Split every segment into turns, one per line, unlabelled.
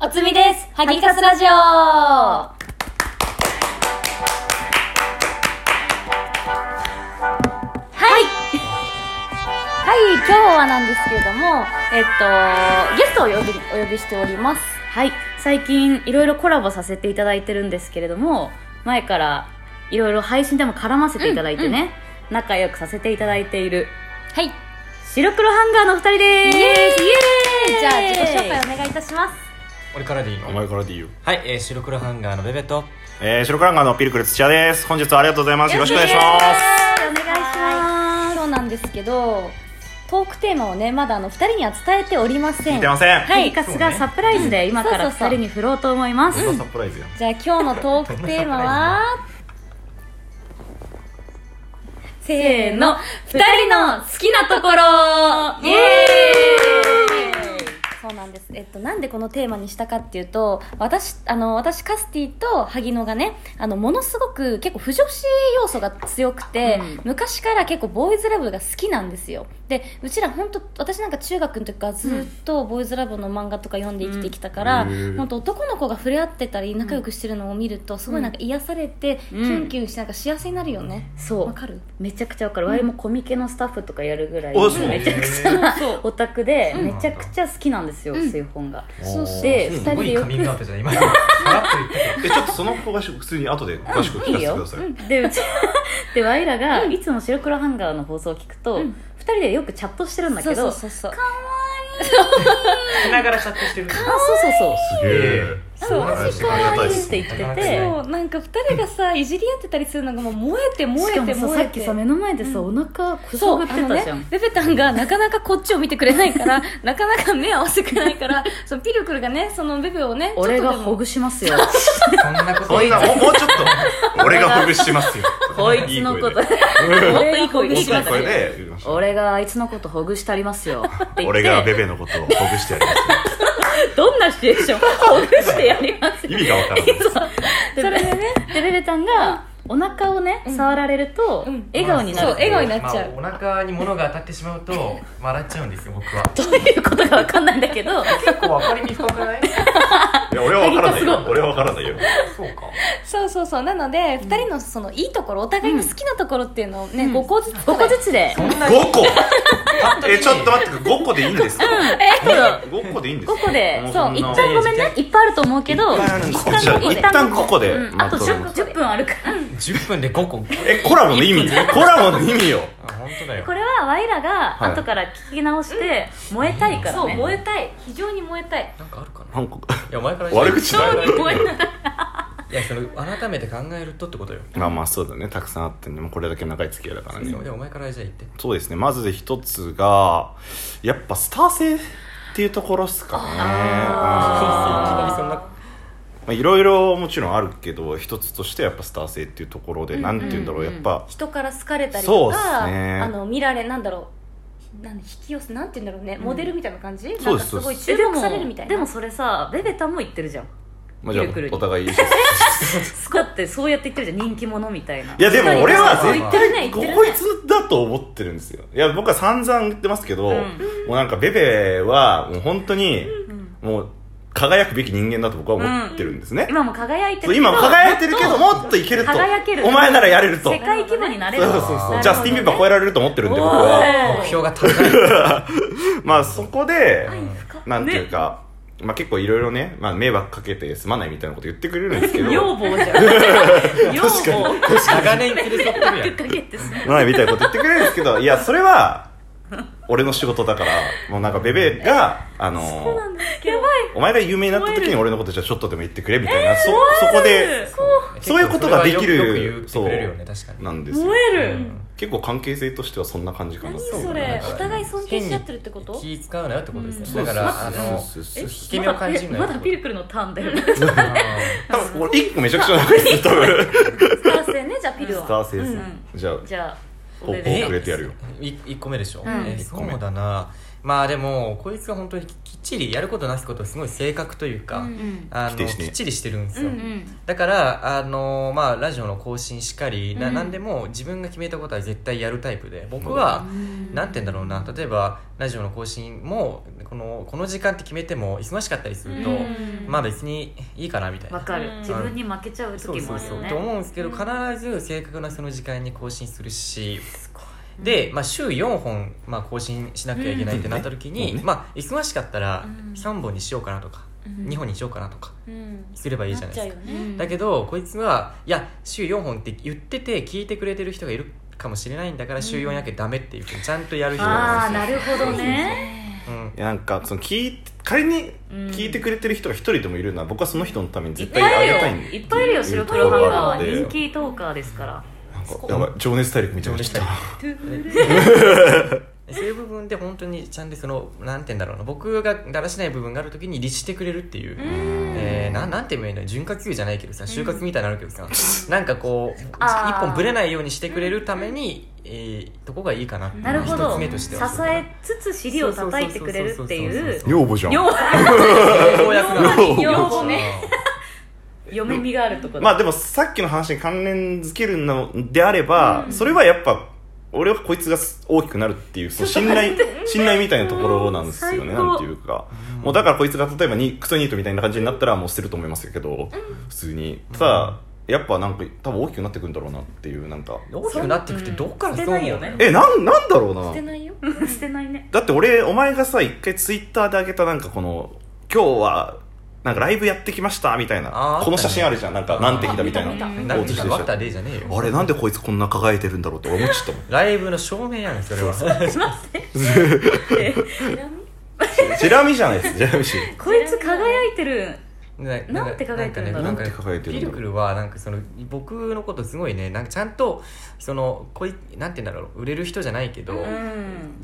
おつみです。ハギカスラジオ。はい。はい、今日はなんですけれども、えっと、ゲストをお呼び、お呼びしております。
はい最近いろいろコラボさせていただいてるんですけれども前からいろいろ配信でも絡ませていただいてね、仲良くさせていただいている
はい。イ
白黒ハンガーのお二人です
じゃあ、自己紹介お願いいたします。
俺からでいい
お前からでいいよ。
はい、えー、白黒ハンガーのベベと
えー、白クランガーのピルクル土屋です。本日はありがとうございます。よろしくお願いします。
お願いします
今日なんですけど、トークテーマをね、まだあの、二人には伝えておりませ
聞
ん。
いてません。
はい、イカスがサプライズで今から二人に振ろうと思います、
そんなサプライズやん。
じゃあ今日のトークテーマは せーの二人の好きなところイエーイそうなんです、えっと、なんでこのテーマにしたかっていうと私あの私カスティと萩野がねあのものすごく結構不女子要素が強くて、
うん
昔から結構ボーイズラブが好きなんですよでうちら本当私なんか中学の時からずっとボーイズラブの漫画とか読んで生きてきたから、
うんへー
本当男の子が触れ合ってたり仲良くしてるのを見るとすごいなんか癒されて、
う
キ
ん
ュンキュンしてなんか幸せになるよね
そ
わ、
う
かる
めちゃくちゃわかる、わいもコミケのスタッフとかやるぐらい
おそう
めちゃくちゃな
そう
オタクで
うん
めちゃくちゃ好きなんですよ、
うん
そういう本が
そうそう
で
うん
二
す
人
ご
で
い
よ
カ
く
ミングアップじゃない今のさらっと言ったけ
え、ちょっとその子が普通に後で詳しく聞かせてください。
でうち でわいらがいつも白黒ハンガーの放送を聞くと、二人でよくチャットしてるんだけど
そうそうそうそう
どしながらチャットしてる
あそうそう
すげえ。
そう
あマジか
あ
ありがた
りがたい
いで
っ
す
て言って
え
て
そうなんか二人がさいじり合ってたりするのがもう燃えて燃
しか
え
も
て
さ
燃
さ
え
ってきさ目の前でさ、お腹くそ
そう
が
あ
って
の
たじゃん、
ねペペタンがなかなかこっちを見てくれないから なかなか目を合わせてくれないからそのピルクルがねそのベベをね
俺が
ちょっとでも
ほぐしますよ
そんなこと
そんな、もうもうちょっと、俺がほぐしますよ。
こいつのこと
い声で
俺がほぐ
大
しま
きい
す
声
よ
で言いまし た
俺があいつのことほぐしたりますよって言って
俺がベベのことをほぐしてやりますよ。
どんなシチュエーションほぐしてやります
意味がわから ない。
それでねでベベタンがお腹をね、触られると、
うん
笑顔になる
そう笑顔になっちゃう
まあ、お腹に物が当たってしまうと笑っちゃうんですよ僕は
どういうことかわかんないんだけど
結構分かりにくくない
いや、俺はわからない
すご
よ。俺はわからないよ。
そうか
そうそうそうなので二人のそのいいところお互いの好きなところっていうのをね、
うん
5個ずつ
5個ずつで
そんなに
5個え、ちょっと待って、5個でいいんですか
え
5個でいいんですか
5個で
も
そう
そん
一
な
旦ごめんねいっぱいあると思うけど
いっぱいあるんですかじゃあ一旦
五
5個で
うんあと
まとめ
10,
ます
10分あるから
10分で5個
え、コラボの意味コラボの意味よ。
あ本当だよ
これはワイらが
はい
後から聞き直して燃えたいからね、
そう燃えたい非常に燃えたい
なんかあるかな
なん
い
か、
や前から
悪口だよ
い
燃えたい
やその改めて考えるとってことよ
まあまあそうだね、たくさんあってね、もうこれだけ長い付き合いだからね。
でお前からじゃあ言って
そうですね、まず一つが、やっぱスター性っていうところっすかね。
いきなりそんな
まあいろいろもちろんあるけど、一つとしてやっぱスター性っていうところで、
ん
なんて言うんだろう、やっぱ、
人から好かれたり
そ
と
うっす
か、
ね
あの見られなんだろうなん引き寄せなんて言うんだろうね、モデルみたいな感じ
そ
なん
うで
か
す
すごい
え
注
でも
目されるみたいな
でもそれさベベタンも言ってる じゃん
まあじゃあ
くるくるに
お互いいいです。
スコってそうやって言ってるじゃん人気者みたいない
やでも俺は
そう
絶
言って
るね言
対
ってるね
こいつだと思ってるんですよいや僕は散々言ってますけど、
うん
もうなんかベベはもう本当にもう輝くべき人間だと僕は思ってるんですね、
今も輝いて
そ
る
う
けど
今輝いてるけどもっといけると
輝ける
お前ならやれると
世界規模になれ
そ
る
うそう
なるほど
そ
ね
うジャスティン・ビーバー超えられると思ってるんで僕は
おい
目標が高い
まあそこで
深っ
なんていうか、まあ結構いろいろね、まあ、迷惑かけてすまないみたいなこと言ってくれるんで すけど
女房 じゃん女房
長年連れ 添ってるやん
かけてすね
ないみたいなこと言ってくれるんですけど、いや、それは、俺の仕事だから、もうなんかベベが、あの
やばい
お前が有名になった時に俺のことじゃちょっとでも言ってくれみたいな、そ、そこで、そういうことができ
よくよく言っ
る、
てくれるよね確かに
なんですよ。
燃える、
結構関係性としてはそんな感じかな。
何それお互い尊敬し合ってるってこと
気使うなよってことですね、
そう
だからあの
そうそうそう
引け目を感じるな
まだま
よって
だ
こと
ピルクルのターンだよね
多分俺一個めちゃくちゃ長いですよ、多分。
スター性ねじゃあピル
ス
は
ター性ですね。じゃあ、
じゃあ
ポ
お
ッ
め
ポ
で
を
と
く
う
れてやるよ。
い一個目でしょ、
ん
えー
一個目
そうだなまあでもこいつは本当にきっちりやることなすことすごい正確というか、
うん
うん
あ
否
の
定しね
きっちりしてるんですよ、
うん
だからあの、まあ、ラジオの更新しかり、な
うん
何でも自分が決めたことは絶対やるタイプで僕は、
うん
なんて言うんだろうな例えばラジオの更新もこのこの時間って決めても忙しかったりすると、
うん
まあ別にいいかなみたい
わ
な。
かる
うん
自分に負けちゃう
そう
時
そ
も
う
ある
そ
よ
う、
ね
と思うんですけど必ず正確なその時間に更新するしで、まあ、週4本、まあ、更新しなきゃいけないってなった時に、
うんうん
まあ、忙しかったら
うん
3本にしようかなとか、
うん
2本にしようかなとか
うん
すればいいじゃないですか
なっちゃうよね
だけどこいつはいや週4本って言ってて聞いてくれてる人がいるかもしれないんだから週4やけダメっていうふうにちゃんとやる人
ああ
ん
な
で
るほどね
すよ、うん
いやなんかその聞いて仮に
うん
聞いてくれてる人が一人でもいるなら僕はその人のために絶対あげたいん
いっぱいいるよ
って
白
う
黒ハンガーは
ところがある
人
ので
気トーカーですから
なんかやばい情熱大陸みたいになってきた
そういう部分で本当にちゃんとそのなんて言うんだろうな僕がだらしない部分がある時に律してくれるっていう、えー、ななんて言えばいいの潤滑油じゃないけどさ就活みたいになるけ どさ、なんかこう
あー
一本ぶれないようにしてくれるために、えー、とこがいいかなっていう
なるほ
一
ど
つ
支
目としてはそう
えつつ尻を叩いてくれるっていう
女房じゃん
よ
要約だ
要望
要望ね嫁みがあるとこ
まあでもさっきの話に関連づけるのであれば、それはやっぱ俺はこいつが大きくなるっていうその信頼信頼みたいなところなんですよね
最高
なんていうか、もうだからこいつが例えばにクソニートみたいな感じになったらもう捨てると思いますけど、普通にただやっぱなんか多分大きくなってくんだろうなっていうなんか
大きくなってくってどっからそう
うん捨てない
思
よ
うの
ね
えなんなんだろう
捨
な
てないよ
捨てないね
だって俺お前がさ一回ツイッターであげたなんかこの今日はなんかライブやってきましたみたい
あー
なこの写真あるじゃんなんか何点来たみたいな
あ見た見
なんて
写
言う
真
かワッターでじゃねえよ
あれなんでこいつこんな輝いてるんだろうって思っちゃったもん
ライブの照明やんそれは
ジェラミじゃないですジェラミ氏
こいつ輝いてる
ね
なんて輝いてるんだろう
なんかね
なんて輝いてる
ピ
んだろう
ルクルはなんかその僕のことすごいねなんかちゃんとそのこいなんて言うんだろう売れる人じゃないけど、
うん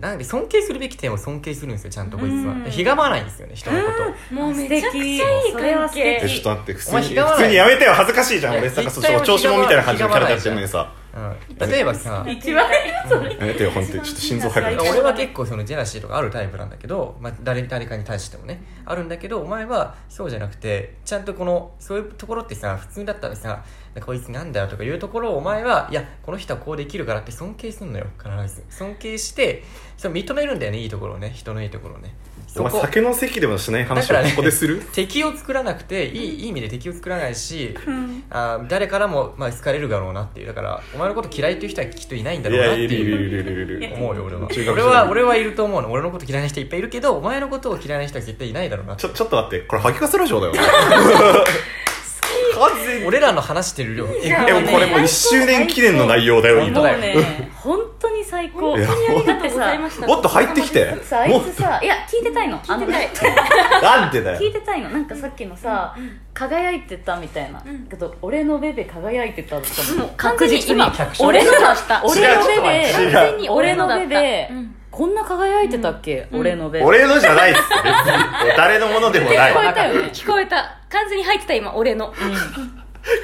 なんで尊敬するべき点を尊敬するんですよちゃんとこいつは、
うん
ひがまないんですよね人のこと、
もうめちゃくちゃいい関係
それは素敵
えちょっと待って普
お
通
前
に
ひがまない
普通にやめてよ恥ずかしいじゃん
いや
俺さ
絶
そ
対
の調子者みたいな感じのキャラ立ってるのにさ
うん、例えばさ
一番
やめてよ本当にちょっと心臓入る
い
俺は結構そのジェラシーとかあるタイプなんだけど、まあ、誰誰かに対してもねあるんだけどお前はそうじゃなくてちゃんとこのそういうところってさ普通だったらさこいつなんだよとかいうところをお前はいやこの人はこうできるからって尊敬すんのよ必ず尊敬してそれ認めるんだよねいいところをね人のいいところをねそ
お前
こ
酒の席でもしない話
だから
をこ
ね
こでする
敵を作らなくていいいい意味で敵を作らないし、あー誰からも、まあ、好かれるだろうなっていうだからお前のこと嫌いっていう人はきっといないんだ
い
ろうなっ
や
て
いるい
いう
るいるいるいるいる
思うよ俺は
中学生
俺は俺はいると思うの俺のこと嫌いな人いっぱいいるけどお前のことを嫌いな人は絶対いないだろうな
ちょちょっと待ってこれ吐きかせラジオだよ完全に
俺らの話してる量えぐい
でもこれもう1周年記念の内容だよ
もう
今
ね本当に最高
いや
だってさ
もっと入ってきて
さあ
も
い
っ
つさいや聞いてたいの聞
聞いてない
となんでだ
聞い
よ
てたいのなんかさっきのさ、輝いてたみたいな、
ん
けど俺のベベ輝いてたとかも
完全に今
確実に
俺のだした
俺のベ
違う
完
ベ
違う
全に
俺
俺
の
のだ
ベ
った
ベ、
うん
こんな輝いてたっけ、
うん
俺のベベ
俺のじゃないっす別に誰のものでもな
聞こえ
い
たよね聞こえた完全に入ってた今俺の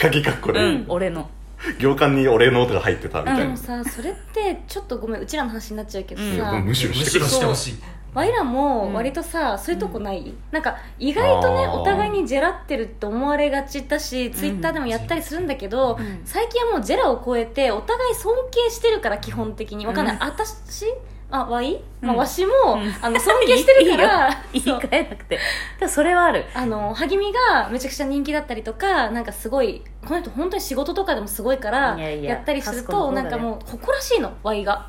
鍵かっこ
う
で、
ん、俺の
行間に俺の音が入ってたみた
で
いな
も、さそれってちょっとごめんうちらの話になっちゃうけど
うん
さ、
むしろ
む
し
して
く
ろ
れ
してほしい
わいら
うん
も割とさ、そういうとこない、なんか意外とね
あー
お互いにジェラってるって思われがちだしツイッターでもやったりするんだけど、
ん
最近はもうジェラを超えてお互い尊敬してるから基本的にわかんない、
うん
私あわい、
う
まあ、
ん
わしも、
ん
あの尊敬してるから
いいよ言い換えなくてでもそれはある
あの励みがめちゃくちゃ人気だったりとかなんかすごいこの人本当に仕事とかでもすごいから
いやいや
やったりする
カスコの
と
方
な
だね
んかもう誇らしいの Y が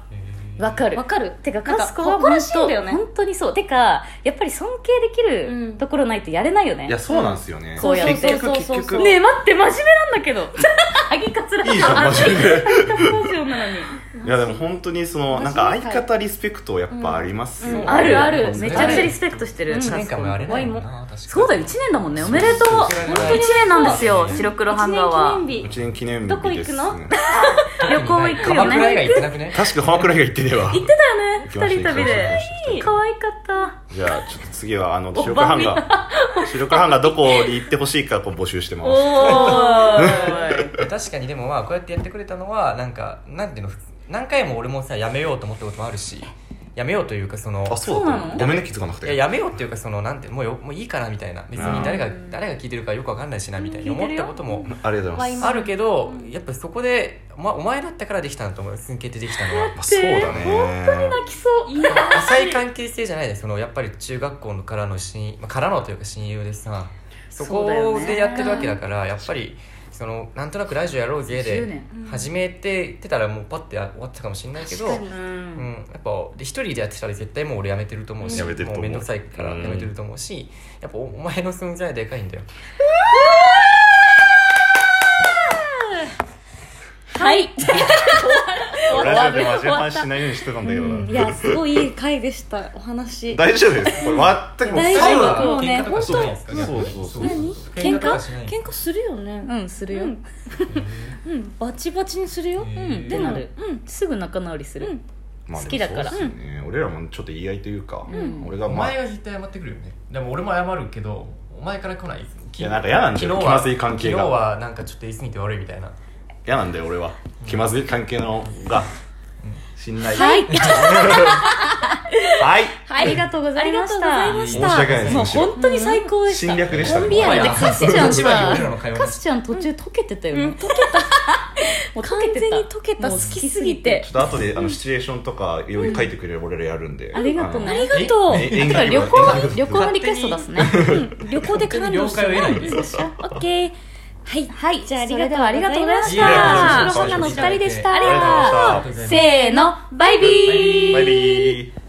わかる
わかる
てか
なん
カ
か
スコは
誇らしいんだよね
本当本当にそうてかやっぱり尊敬でき
う
る
ん
ところないとやれないよね、
いやそうなんですよね、
そうやって
結局結局
そう
ねえ待って真面目なんだけど ハギカツラ
いいじゃん真面目で
ハギカツラジオなのに
いやでも本当にそのなんか相方リスペクトやっぱありますよ、
うんうん
あるある
うん
めちゃくちゃリスペクトしてる、
うん
1年間もやれないもん
ワ
な確かに
そうだよ1年だもんねおめでとう
そう
本
そう
当に1年なんですよ
そう
白黒ハ
1
ンガー
年
は
記念日
1年記念
どこ
日
行
で
く
す、ね、
の
旅行行くよ
鎌倉以外行
ね
ってなくね
確か鎌倉以外行ってねえわ
行ってたよね2人旅
行きま
で
した行きました
可愛かった
じゃあちょっと次はあの白黒ハンガー白黒ハンガーどこに行ってほしいかこう募集してます
おーい
確かにでもまあこうやってやってくれたのはなんかなんていうの普通何回も俺もさやめようと思ったこともあるしやめようというかその
あそうだった
そうなの
ごめんね気づかなく
いや
て
やめようっていうかそのなんてもうよもういいかなみたいな別に誰が誰が聞いてるかよくわかんないしなみたいに
うん聞いて
思っ
るよ
たことも
ありがとうございます
あるけどやっぱそこで、ま、お前だったからできたなと思う寸形ってできたのは
まあそうだね
泣きそういや
浅い関係性じゃないですそのやっぱり中学校のからの親まあからのというか親友でさそ
そうだよ
こ
ね
でやってるわけだからやっぱりそのなんとなくラジオやろうぜ
10
で
年
始めて言ってたらもうパッて終わってたかもしれないけど
確かに
う
うんん、やっぱで一人でやってたら絶対もう俺辞めてると思うし
辞めてると思う
もう面倒くさいから
うん
辞めてると思うし、やっぱおお前の存在はでかいんだよ
はい
ラジオで真面目話しないようにしてたんだけど
うんい
な
やすごいいい回でしたお話
大丈夫ですこれ全くもう
大
最
丈
後だ
夫もうね
喧嘩とかしないですかね
そうそうそう
何
喧
喧
嘩と
嘩
かしない
喧嘩するよね
うんするよ
うんうんバチバチにするよ
へ
う
ー
んでなるすぐ仲直りす
う
る
ん
まあでも
好きだから
そうですよね俺らもちょっと言い合いというか
ん
俺
お
がまあ
前が絶対謝ってくるよねでも俺も謝るけどお前から来ない
いやなんか嫌なんだよ
昨日
気
は
まずい関係が
昨日はなんかちょっと言い過ぎて悪いみたいな
嫌なんだよ俺は気まずい関係のが信頼
はい
はい
ありがとうございました
ありがとうございま
申
し
した訳ないです
もう
むしろ
本当に最高でした
侵略でしたね
コンビ愛ってカスちゃん
一番に俺ら
さ
の会話
カスちゃん途中溶けてたよね、
うん
溶けた もう溶けてた
完全に溶けた
もう
好きすぎて
ちょっと後であのシチュエーションとかいろいろ書いてくれる俺らやるんで
ありがとう
あ
ね
りがとう
え演
だから
劇
旅
部
行
演劇部
旅行のリクエスト出 すね
うん旅行で感動して
了解を得ないんで
そうしようオッケーはい、はい、じゃああり
そ
が
れで
とう
はありがとうございまし
いやい
た
や
白女のお二人でした
あ
りがとうございました
せーのバイビー
バイビー